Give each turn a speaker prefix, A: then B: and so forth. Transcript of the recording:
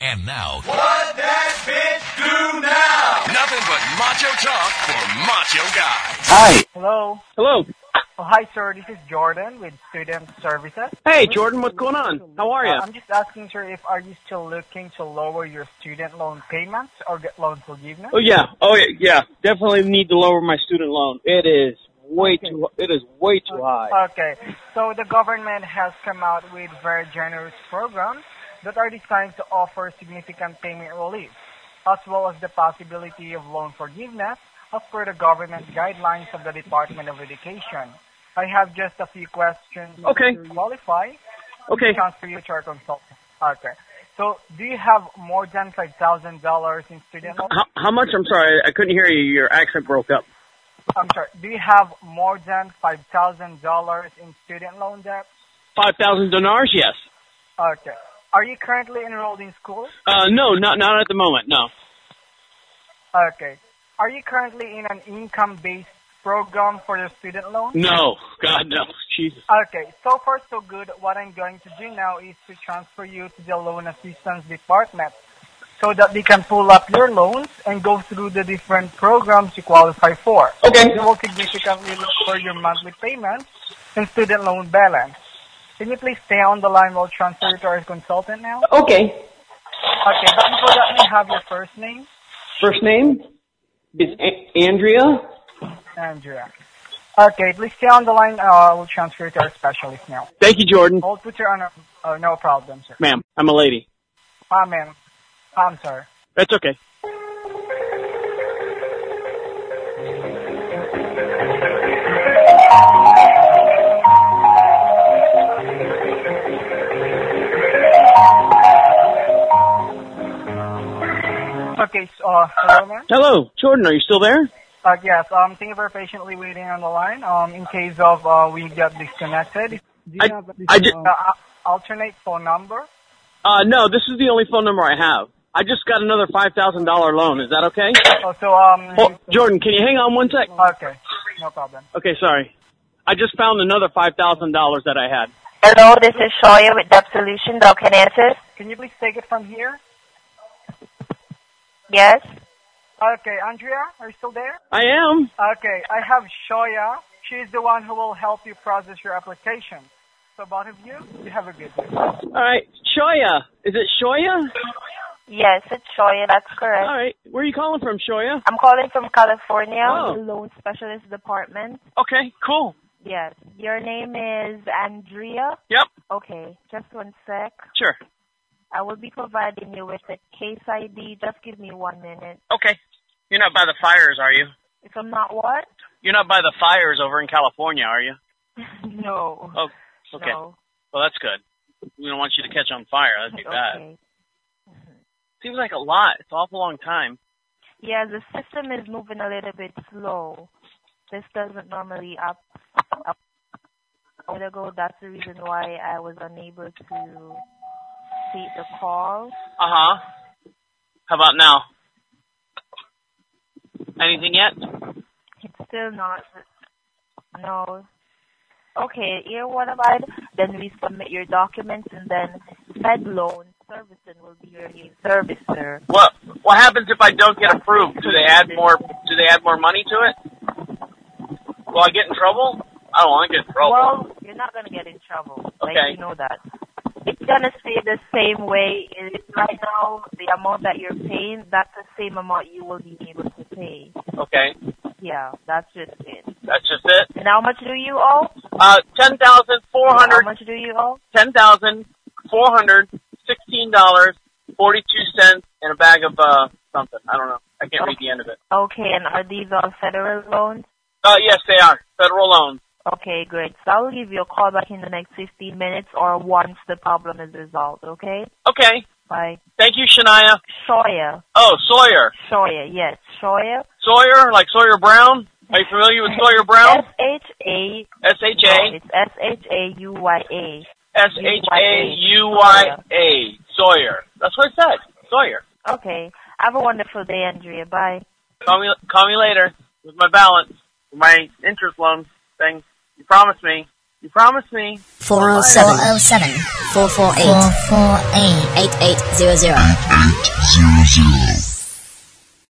A: And now,
B: What that bitch do now?
C: Nothing but macho talk for macho guys.
D: Hi.
E: Hello.
D: Hello.
E: Oh, hi, sir. This is Jordan with Student Services.
D: Hey, Jordan, what's going on? How are
E: Uh,
D: you?
E: I'm just asking, sir, if are you still looking to lower your student loan payments or get loan forgiveness?
D: Oh yeah. Oh yeah. Yeah. Definitely need to lower my student loan. It is way too. It is way too high.
E: Okay. So the government has come out with very generous programs that are designed to offer significant payment relief, as well as the possibility of loan forgiveness as per the government guidelines of the Department of Education. I have just a few questions
D: Okay.
E: to qualify.
D: Okay.
E: Sounds for you to our consultant. Okay. So do you have more than five thousand dollars in student loan?
D: How, how much? I'm sorry, I couldn't hear you. Your accent broke up.
E: I'm sorry. Do you have more than five thousand dollars in student loan debt?
D: Five thousand dinars? Yes.
E: Okay. Are you currently enrolled in school?
D: Uh, no, not not at the moment. No.
E: Okay. Are you currently in an income-based program for your student loan?
D: No. God no. Jesus.
E: Okay. So far, so good. What I'm going to do now is to transfer you to the loan assistance department so that they can pull up your loans and go through the different programs you qualify for.
D: Okay.
E: They will significantly lower your monthly payments and student loan balance. Can you please stay on the line while transfer you to our consultant now?
D: Okay.
E: Okay, but before that, may I have your first name?
D: First name is A- Andrea.
E: Andrea. Okay, please stay on the line. Uh, we'll transfer you to our specialist now.
D: Thank you, Jordan.
E: I'll put you on a... Uh, no problem, sir.
D: Ma'am, I'm a lady.
E: Ah, ma'am. I'm sorry.
D: That's okay.
E: Okay, so, uh, hello, ma'am.
D: Hello, Jordan. Are you still there?
E: Uh, yes, um, thank you for patiently waiting on the line. Um, in case of uh, we get disconnected, do you
D: I-
E: have a-
D: I ju-
E: uh, a- alternate phone number?
D: Uh, no. This is the only phone number I have. I just got another five thousand dollar loan. Is that okay?
E: Oh, so um,
D: Oh, Jordan, can you hang on one sec?
E: okay, no problem.
D: Okay, sorry. I just found another five thousand dollars that I had.
F: Hello, this is Shoya with Dub Solutions. How can I assist?
E: Can you please take it from here?
F: Yes.
E: Okay, Andrea, are you still there?
D: I am.
E: Okay, I have Shoya. She's the one who will help you process your application. So both of you, you have a good day.
D: All right, Shoya. Is it Shoya?
F: Yes, it's Shoya. That's
D: All
F: correct.
D: right. Where are you calling from, Shoya?
F: I'm calling from California,
D: Oh.
F: Loan Specialist Department.
D: Okay, cool.
F: Yes. Your name is Andrea?
D: Yep.
F: Okay, just one sec.
D: Sure.
F: I will be providing you with a case ID. Just give me one minute.
D: Okay. You're not by the fires, are you?
F: If I'm not what?
D: You're not by the fires over in California, are you?
F: no.
D: Oh, okay.
F: No.
D: Well, that's good. We don't want you to catch on fire. That'd be bad.
F: Okay.
D: Seems like a lot. It's an awful long time.
F: Yeah, the system is moving a little bit slow. This doesn't normally up. up. A while ago, that's the reason why I was unable to take the call.
D: Uh huh. How about now? Anything yet?
F: It's still not. No. Okay, here what about then we submit your documents and then Fed Loan Servicing will be your new servicer.
D: What what happens if I don't get approved? Do they add more do they add more money to it? Will I get in trouble? I don't want to get in trouble.
F: Well, you're not gonna get in trouble.
D: Okay.
F: Like you know that. It's gonna stay the same way. It- Right now, the amount that you're paying, that's the same amount you will be able to pay.
D: okay.
F: Yeah, that's just it.
D: That's just it.
F: And how much do you owe?
D: Uh ten thousand four
F: How
D: hundred
F: much do you owe?
D: ten thousand four hundred sixteen dollars forty two cents and a bag of uh something. I don't know. I can't read the end of it.
F: Okay, and are these all federal loans?
D: Uh yes they are. Federal loans.
F: Okay, great. So I'll give you a call back in the next 15 minutes or once the problem is resolved, okay?
D: Okay.
F: Bye.
D: Thank you, Shania.
F: Shoya.
D: Oh, Sawyer.
F: Shoya, yes. Shoya.
D: Sawyer, like Sawyer Brown? Are you familiar with Sawyer Brown?
F: S-H-A.
D: S H
F: No,
D: A
F: it's S-H-A-U-Y-A.
D: S H A U Y A Sawyer. That's what I said. Sawyer.
F: Okay. Have a wonderful day, Andrea. Bye.
D: Call me. Call me later with my balance, my interest loan thing. You promised me. You promised me.
A: 407 448
G: 448
A: 8800.
G: 8800.